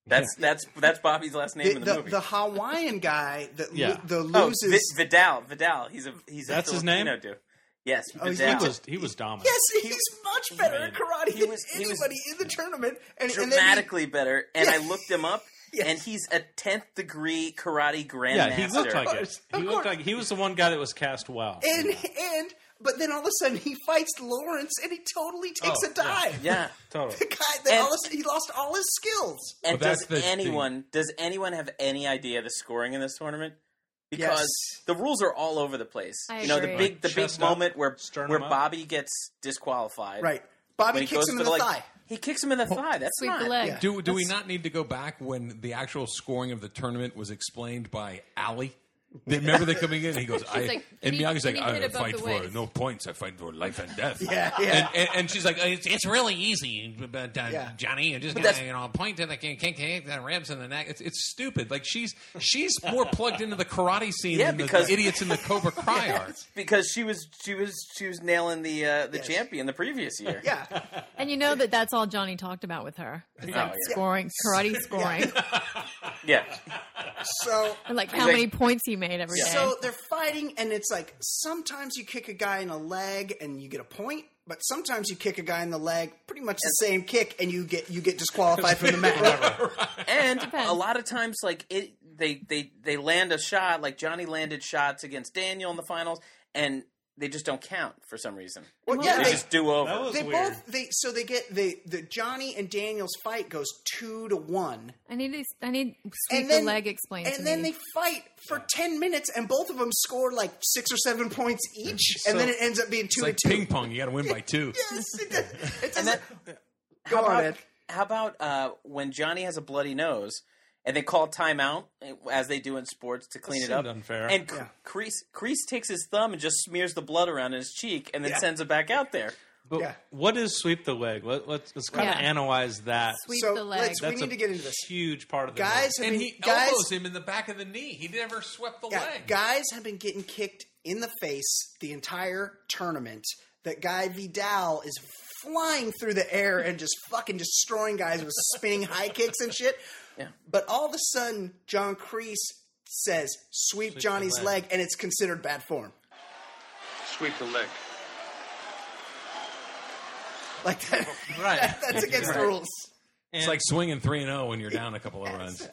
That's that's that's Bobby's last name The, in the, the, movie. the Hawaiian guy that Yeah. lo- the oh, loses. Vi- Vidal, Vidal. He's a he's a That's his Filipino name? Dude. Yes, Oh, he's Vidal. He was he was dominant. Yes, he's much better at karate he than was- he anybody was in the tournament. And, and then he- dramatically better. And I looked him up, <laughs> Yes. and he's a tenth degree karate grandmaster. Yeah, he looked like course, it. of He looked course. like he was the one guy that was cast well. and and but then all of a sudden he fights Lawrence and he totally takes Oh, a dive. <laughs> Yeah, Totally. <laughs> The guy that And- all of a sudden, he lost all his skills. and Well, that's does the anyone does anyone have any idea the scoring in this tournament? Because Yes. the rules are all over the place. I you know the agree. big the big Chest up, moment where sternum where up. Bobby gets disqualified. Right. when Bobby he kicks goes him for in the like- thigh. He kicks him in the thigh. That's Sweep not. the leg. yeah. Do do we not need to go back when the actual scoring of the tournament was explained by Ali? They- Remember they coming in. He goes, I, like, and "Can he- Miyagi's can like, he hit I above fight the for waist?" no points. I fight for life and death. Yeah, yeah. And, and, and she's like, it's, <laughs> it's really easy, but uh, Yeah. Johnny, you just But gotta, that's- you know point to the kick, kick, kick the ribs and the neck. It's, it's stupid. Like she's she's more plugged into the karate scene Yeah, than because- the idiots in the Cobra Cry are. because she was she was she was nailing the uh, the Yes. champion the previous year. <laughs> Yeah. And you know that that's all Johnny talked about with her. It's Oh, like yeah. scoring, karate scoring, yeah. <laughs> So and like how like- many points he made every day. so they're fighting and it's like sometimes you kick a guy in the leg and you get a point, but sometimes you kick a guy in the leg, pretty much the same kick, and you get you get disqualified from the <laughs> match. and a lot of times like it they they they land a shot like johnny landed shots against daniel in the finals and they just don't count for some reason <laughs> Well, yeah, they they- just do over That was they weird. both they so they get the the Johnny and Daniel's fight goes two to one, I need to, I need sweep and then the leg explained and to then me. they fight for ten minutes, and both of them score like six or seven points each, and then it ends up being It's two like to two. ping <laughs> pong. You got to win by two. Yes, it <laughs> does. It's and just- then go how on, about, Ed. how about uh, when johnny has a bloody nose and they call timeout eh, as they do in sports to clean it seemed up unfair. and Yeah. crease crease takes his thumb and just smears the blood around his cheek and then Yeah. sends it back out there But Yeah. what is sweep the leg? Let, let's let's kind of Yeah. analyze that. sweep so the leg. let's- That's need a to get into this. huge part of the guys have And been, he guys, elbows him in the back of the knee. He never swept the yeah, leg. guys have been getting kicked in the face the entire tournament. That guy Vidal is flying through the air and just fucking destroying guys with spinning high kicks and shit. But all of a sudden, John Creese says, sweep, Johnny's leg, leg." and it's considered bad form. Sweep the leg. Like that, leg. right. <laughs> that's against the rules. It's like swinging three and zero when you're down a couple of runs.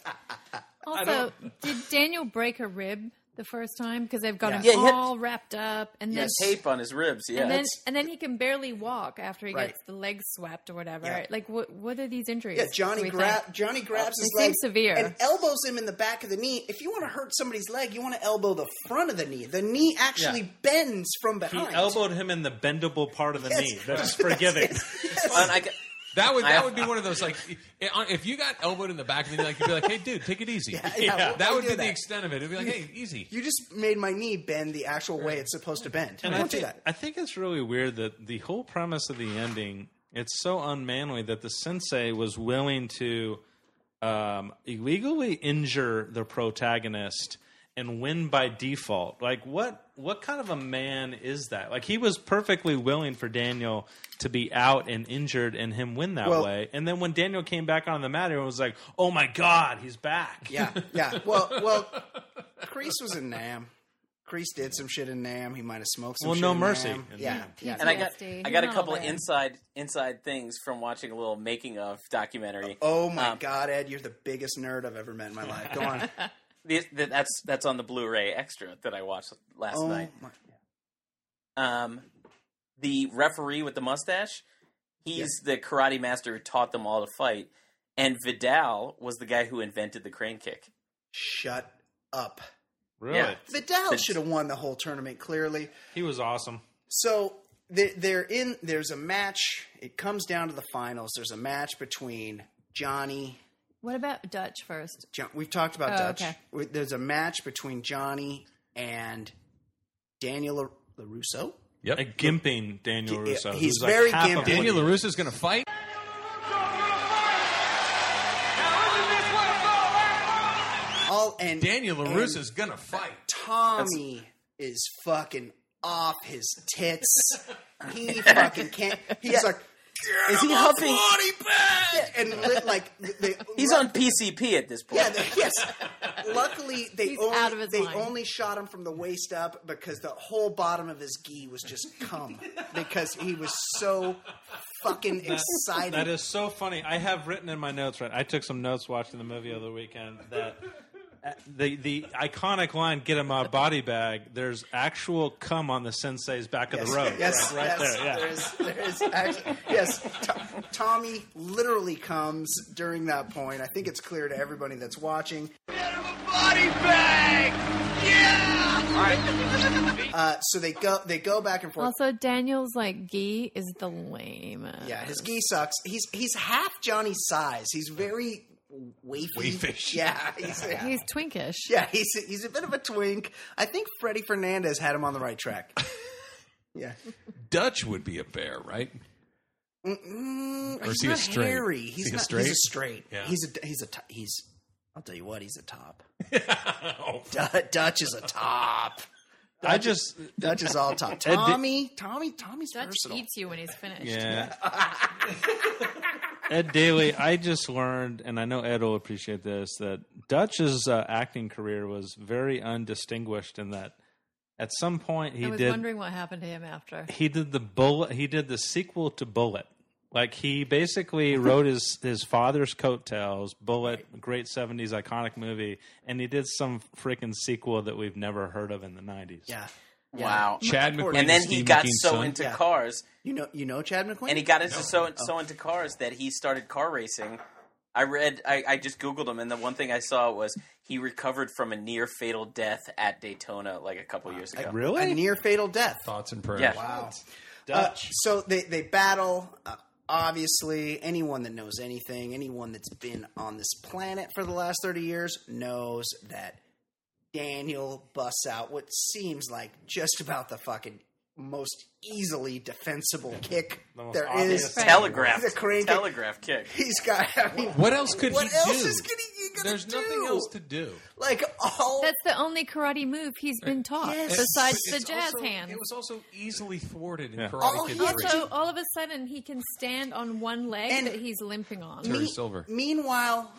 also, did Daniel break a rib the first time because they've got Yeah, him he had- all wrapped up and then tape on his ribs yeah and then that's- and then he can barely walk after he Right. gets the leg swept or whatever. Yeah. Like what what are these injuries? Yeah, do Johnny we grab think? Johnny grabs his It leg seems severe. and elbows him in the back of the knee. If you want to hurt somebody's leg, you want to elbow the front of the knee. The knee actually Yeah. bends from He behind. elbowed him in the bendable part of the Yes. knee. <laughs> That's forgiving. and I, g- That would I- that would be one of those like i- on- if you got elbowed in the back and then like you'd be like, hey dude, take it easy. <laughs> yeah, we'll- that we'll would do be that. the extent of it. It'd be like, hey, easy. You just made my knee bend the actual way it's supposed to bend. And I Don't think, do that. I think it's really weird that the whole premise of the ending it's so unmanly that the sensei was willing to um, illegally injure the protagonist and win by default. Like what what kind of a man is that? Like he was perfectly willing for Daniel to be out and injured and him win that Well- way. And then when Daniel came back on the mat, everyone was like, "Oh my god, he's back." Yeah, yeah. Well, well, Crease was in Nam. Crease did some shit in Nam. He might have smoked some. Well, shit no in mercy. Nam. And- Yeah, yeah. and I got PTSD. I got a Not couple all of that. inside inside things from watching a little making of documentary. Oh my Um, god, Ed, you're the biggest nerd I've ever <laughs> met in my life. Go on. Th- th- that's that's on the Blu-ray extra that I watched last oh night. my. Um, the referee with the mustache, he's the karate master who taught them all to fight. And Vidal was the guy who invented the crane kick. Shut up. Really? Yeah. Vidal But- should have won the whole tournament clearly. He was awesome. So they- they're in. There's a match. It comes down to the finals. There's a match between Johnny. What about Dutch first? Jo- We've talked about Oh, Dutch. okay. We- There's a match between Johnny and Daniel La- Larusso. Yep. A gimping Daniel Yeah, Russo. he's who's like very half of gimpy. what Daniel he- LaRusso is going to fight. All and Daniel and LaRusso is going to fight. Tommy is fucking off his tits. <laughs> he fucking can't. He's like, Is he huffing? and li- like they, He's on PCP at this point. Yeah, they, yes. Luckily, they He's only out of his they mind. only shot him from the waist up because the whole bottom of his gi was just <laughs> cum because he was so fucking excited. That is so funny. I have written in my notes, right? I took some notes watching the movie over the weekend that uh, the the iconic line "Get in my body bag." There's actual cum on the sensei's back of yes, the road. yes, right, right yes, there. Yeah. there is, there is actually, yes. To- Tommy literally comes during that point. I think it's clear to everybody that's watching. Body bag! Uh, so they go they go back and forth. Also, Daniel's like gi is the lame. Yeah, his gi sucks. He's he's half Johnny's size. He's very wafy. Waifish. Yeah, he's, yeah. He's twinkish. Yeah, he's he's a bit of a twink. I think Freddie Fernandez had him on the right <laughs> track. yeah, Dutch would be a bear, right? Mm, Or he's is he a not straight? hairy. Is He's he a not. straight? He's a straight. Yeah. He's a he's a t- he's. I'll tell you what, he's a top. <laughs> Oh, Du- Dutch is a top. I just Dutch is all <laughs> top. Tommy, Tommy, Tommy's Dutch versatile. eats you when he's finished. Yeah. Ed Daly, I just learned, and I know Ed will appreciate this, that Dutch's uh, acting career was very undistinguished in that at some point he I was did wondering what happened to him after. he did the bullet he did the sequel to Bullet. Like he basically wrote his his father's coattails, Bullet, great seventies iconic movie, and he did some freaking sequel that we've never heard of in the nineties. Yeah, Wow. Chad McQueen. And then is he Steve got McQueen's so son. into Yeah. cars, you know, you know Chad McQueen, and he got into so so into cars that he started car racing. I read, I, I just googled him, and the one thing I saw was he recovered from a near fatal death at Daytona like a couple years ago. a near fatal death. thoughts and prayers. Yeah. Wow. Dutch. Uh, so they, they battle. Uh, obviously, anyone that knows anything, anyone that's been on this planet for the last 30 years, knows that Daniel busts out what seems like just about the fucking most easily defensible kick most there obvious is. Right. Telegraph, The crane kick. telegraph kick. He's got. I mean, What else could what he else do? is gonna, he gonna There's do? nothing else to do. like all. That's the only karate move he's been taught Yes. besides But the it's jazz also- hand. It was also easily thwarted in Yeah. Karate All Kid he had 3. to So all of a sudden he can stand on one leg And- that he's limping on. Terry Silver. Meanwhile,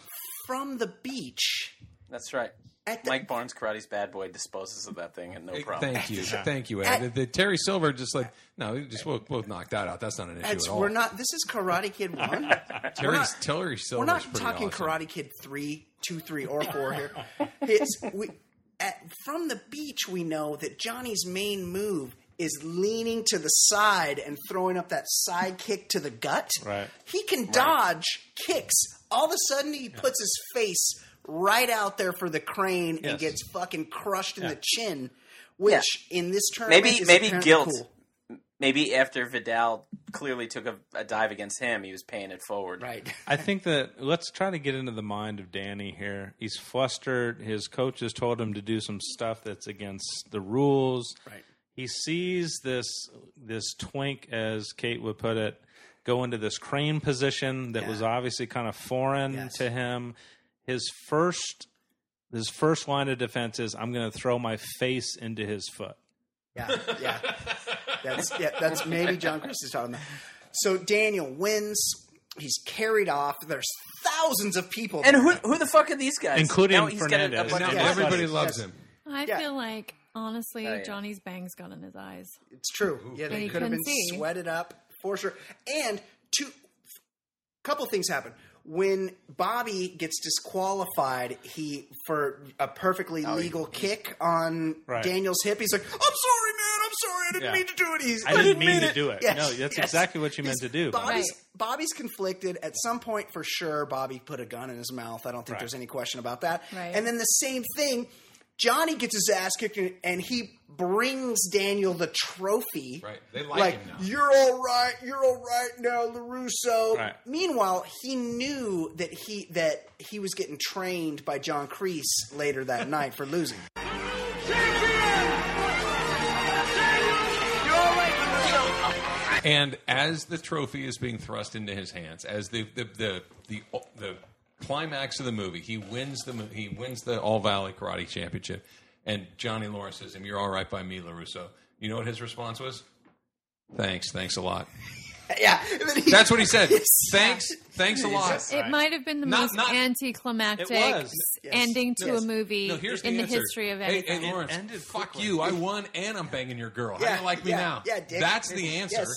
from the beach. That's right. At the, Mike Barnes, Karate's bad boy, disposes of that thing and no problem. Thank you, thank you, Ed. The, the Terry Silver just like no, we just we'll, we'll knock that out. That's not an issue That's, at all. we're not. This is <laughs> Karate Kid one. Terry, we're not- Terry we're Silver's not pretty talking awesome. Karate Kid three, two, three, or four here. <laughs> It's we at, from the beach. We know that Johnny's main move is leaning to the side and throwing up that side kick to the gut. Right. He can dodge kicks. All of a sudden, he puts his face right out there for the crane and Yes. gets fucking crushed in the chin. Which in this tournament Maybe is maybe apparently guilt. cool. Maybe after Vidal clearly took a, a dive against him, he was paying it forward. right? <laughs> I think that let's try to get into the mind of Danny here. He's flustered. His coach has told him to do some stuff that's against the rules. Right. He sees this this twink, as Kate would put it, go into this crane position that was obviously kind of foreign Yes. to him. His first his first line of defense is, "I'm going to throw my face into his foot." Yeah, yeah. That's yeah, that's maybe John Christie's talking about. So Daniel wins. He's carried off. There's thousands of people. And who who the fuck are these guys? Including now he's got a- a Fernandez. bunch Now of- Yeah. everybody Yes. loves Yes. him. I Yeah. feel like honestly yeah. Johnny's bang's got in his eyes. it's true. Yeah, And they you could have couldn't been see. sweated up for sure. And two, couple things happen. When Bobby gets disqualified, he for a perfectly legal kick on Oh, Right. Daniel's hip. He's like, "I'm sorry, man. I'm sorry. I didn't Yeah. mean to do it. He's, I didn't mean to do it. Yes, No, that's yes. exactly what you meant to do. Bobby's, Bobby's conflicted. At some point, for sure, Bobby put a gun in his mouth. I don't think Right. there's any question about that. Right. And then the same thing. Johnny gets his ass kicked, and- and he brings Daniel the trophy. Right. They like, him now. you're all right, you're all right now, Larusso. Right. Meanwhile, he knew that he that he was getting trained by John Creese <laughs> later that night for losing. And as the trophy is being thrust into his hands, as the the the the, the climax of the movie, he wins the mo- he wins the All Valley Karate Championship, and Johnny Lawrence says to him, "You're all right by me, Larusso." You know what his response was? Thanks, thanks a lot. Yeah, That's what he <laughs> said. Thanks, thanks a lot. It might have been the Not- most not- anticlimactic It was. s- ending to a movie No, here's in the, answer. history of Hey, anything. hey Lawrence, fuck you! I won, and I'm banging your girl. How do Yeah, you like me yeah, now? yeah, dick. That's the Yes. answer.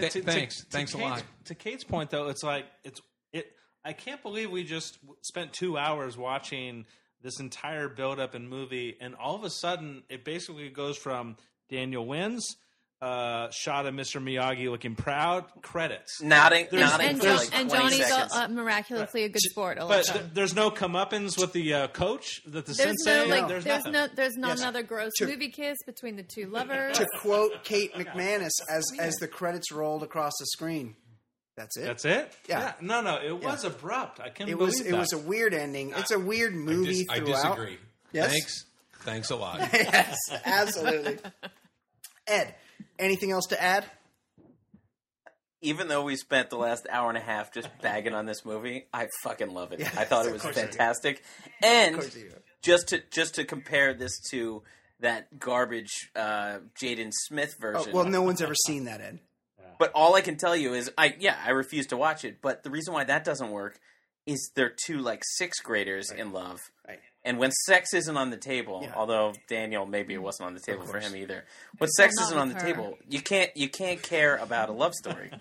Th- thanks. Thanks a Kate's- lot. To Kate's point, though, it's like it's it. I can't believe we just w- spent two hours watching this entire build up and movie, and all of a sudden, it basically goes from Daniel wins. Uh, shot of Mr. Miyagi looking proud. Credits. Nodding- There's- nodding and, there's- Jo- and Johnny's all, uh, miraculously a good sport. all But of a th- sudden. there's no comeuppance with the uh, coach, that the there's sensei. uh, no like there's, there's, nothing. no there's not Yes. another gross To- movie kiss between the two lovers. to quote Kate McManus as as the credits rolled across the screen. That's it. That's it. Yeah. No, no, it Yeah. was abrupt. I can't It believe was it that. was a weird ending. It's a weird movie I throughout. disagree. Yes. <laughs> Thanks, thanks a lot. yes, <laughs> absolutely. Ed, anything else to add? Even though we spent the last hour and a half just bagging on this movie, I fucking love it. I thought it of was course you do. fantastic. And Of course you do. just to just to compare this to that garbage uh, Jaden Smith Oh, version. well, no one's ever seen that, Ed. But all I can tell you is, I yeah, I refuse to watch it. But the reason why that doesn't work is they're two like sixth graders in love, and when sex isn't on the table, although Daniel maybe Mm. it wasn't on the table for him either. When sex not isn't on the with her. table, you can't you can't care about a <laughs> love story.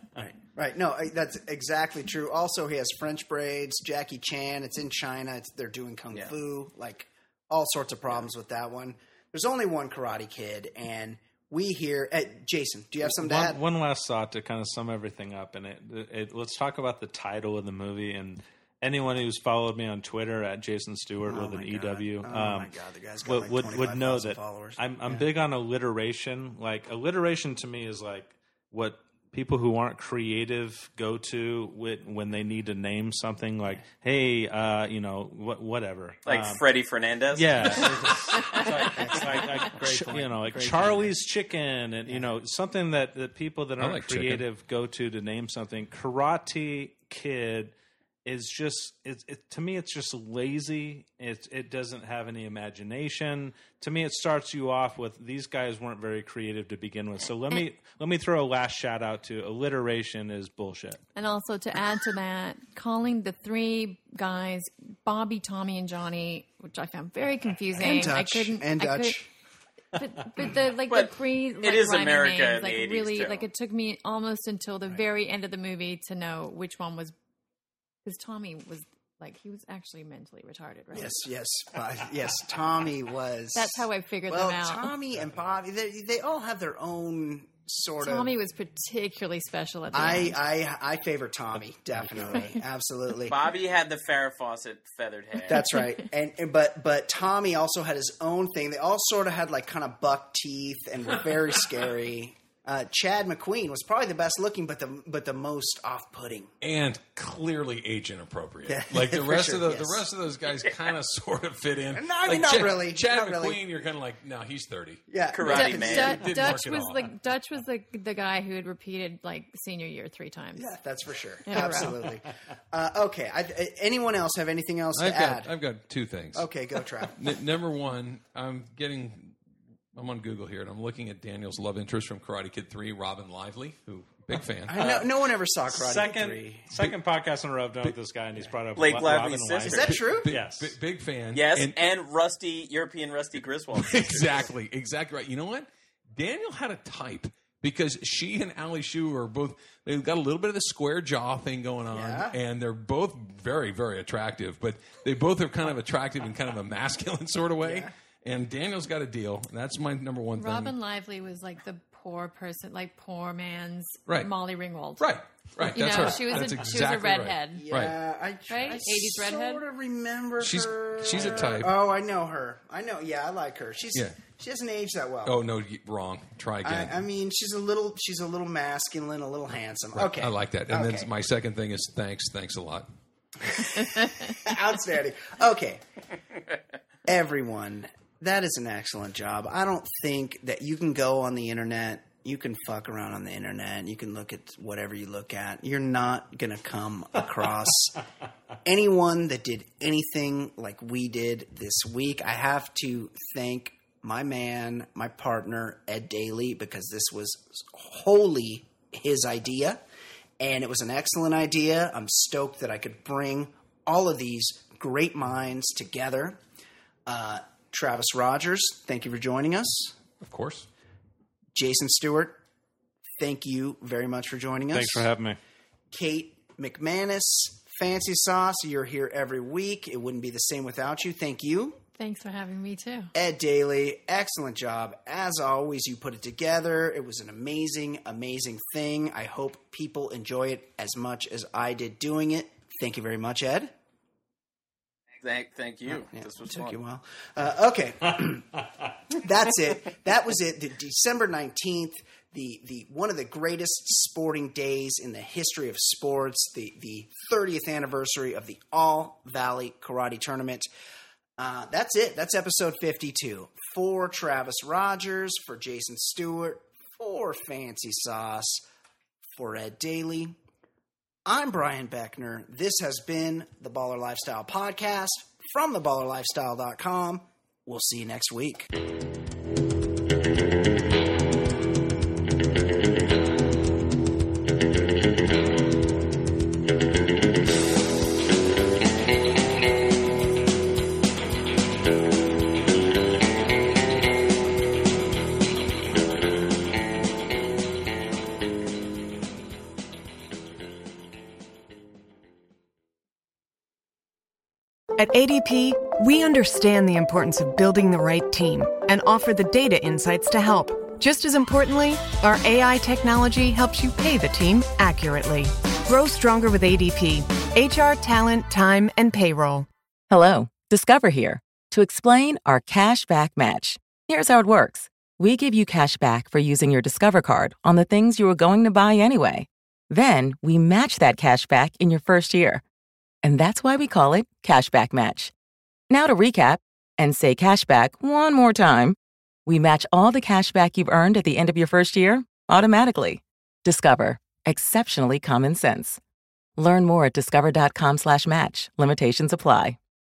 Right. No, I- that's exactly true. Also, he has French braids, Jackie Chan. It's in China. It's, they're doing kung Yeah. fu, like all sorts of problems with that one. There's only one Karate Kid, and we here. Ed, Jason, do you have something to add? one, one last thought to kind of sum everything up, and it, it, let's talk about the title of the movie. And anyone who's followed me on Twitter at Jason Stewart with an EW, Oh, um, my God, the guy's got, would like, would, would know 25,000 that followers. I'm I'm big on alliteration. Like alliteration to me is like what people who aren't creative go to when, when they need to name something. Like, hey, uh, you know, what, whatever, Like Um, Freddie Fernandez. <laughs> Yeah, it's, it's like, it's like, like, you know, like Charlie's Chicken, and you know, something that, that people that I aren't like chicken. creative go to to name something. Karate Kid is just it's it, to me, it's just lazy. It it doesn't have any imagination. To me, it starts you off with these guys weren't very creative to begin with. So let me let me throw a last shout out to alliteration is bullshit. And also to add to that, calling the three guys Bobby, Tommy, and Johnny, which I found very confusing. And I Dutch. couldn't And I could- Dutch. but, but the like But the pre like, it is rhyming America names, in like the 80s really too. like it took me almost until the very end of the movie to know which one was because Tommy was like he was actually mentally retarded, right? Yes, yes, uh, yes. Tommy was. That's how I figured well, them out. Tommy and Bobby, they, they all have their own sort of. Tommy was particularly special at the I, end. I I favor Tommy <laughs> definitely, absolutely. Bobby had the Farrah Fawcett feathered hair. That's <laughs> right. And, and but but Tommy also had his own thing. They all sort of had like kind of buck teeth and were very <laughs> scary. Uh, Chad McQueen was probably the best looking, but the but the most off putting. and clearly age inappropriate. Yeah, like the <laughs> for rest sure, of the, yes. the rest of those guys <laughs> kind of sort of fit in. No, I mean, Like, not Chad- really, Chad not McQueen, really. you're kind of like, no, he's thirty. Yeah. Karate Du- Man. Du- Didn't Dutch work at was all. like Dutch was the the guy who had repeated like senior year three times. Yeah, that's for sure. In a row. Absolutely. Uh, okay. I, I- anyone else have anything else I've to add? got I've got two things. okay, go Trav. <laughs> N- number one, I'm getting. I'm on Google here, and I'm looking at Daniel's love interest from Karate Kid Three, Robin Lively, who big fan. I know, no one ever saw Karate Kid Second Three. second podcast in a row I've done with this guy, and he's brought up Blake Lo- Lively's Robin sister. Is that true? Big, Yes. big, big fan. Yes, And- and, Rusty European Rusty Griswold. exactly, exactly right. You know what? Daniel had a type because she and Ali Shu are both. They've got a little bit of the square jaw thing going on, Yeah. and they're both very, very attractive. But they both are kind of attractive in kind of a masculine <laughs> sort of way. And Daniel's got a deal. That's my number one thing. Robin Lively was like the poor person, like poor man's Right. Molly Ringwald. Right, right. You that's know, her. she was That's a she exactly was a redhead. Right. right. Yeah, I, tr- Right? I 80s redhead? sort of remember She's- her. she's a type. Oh, I know her. I know. Yeah, I like her. She's Yeah. she doesn't age that well. Oh no, y- wrong. Try again. I, I mean, she's a little she's a little masculine, a little handsome. Right, Okay, I like that. And Okay. then my second thing is thanks, thanks a lot. Outstanding. Okay. Everyone, that is an excellent job. I don't think that you can go on the internet. You can fuck around on the internet. You can look at whatever you look at. You're not going to come across anyone that did anything like we did this week. I have to thank my man, my partner, Ed Daly, because this was wholly his idea and it was an excellent idea. I'm stoked that I could bring all of these great minds together. Uh, Travis Rogers, thank you for joining us. Of course. Jason Stewart, thank you very much for joining us. Thanks for having me. Kate McManus, Fancy Sauce, you're here every week. It wouldn't be the same without you. Thank you. Thanks for having me too. Ed Daly, excellent job. As always, you put it together. It was an amazing, amazing thing. I hope people enjoy it as much as I did doing it. Thank you very much, Ed. Thank, thank you. Yeah, this it was took fun. you a while. Uh, okay, <clears throat> that's it. That was it. The December nineteenth, the the one of the greatest sporting days in the history of sports. The the thirtieth anniversary of the All Valley Karate Tournament. Uh, that's it. That's episode fifty two. For Travis Rogers, for Jason Stewart, for Fancy Sauce, for Ed Daly. I'm Brian Beckner. This has been the Baller Lifestyle Podcast from theballerlifestyle.com. We'll see you next week. At ADP, we understand the importance of building the right team and offer the data insights to help. Just as importantly, our AI technology helps you pay the team accurately. Grow stronger with ADP HR, talent, time, and payroll. Hello, Discover here to explain our cash back match. Here's how it works we give you cash back for using your Discover card on the things you were going to buy anyway. Then we match that cash back in your first year. And that's why we call it cash back Match. Now to recap and say cash back one more time. We match all the cash back you've earned at the end of your first year automatically. Discover, exceptionally common sense. Learn more at discover.com/match. Limitations apply.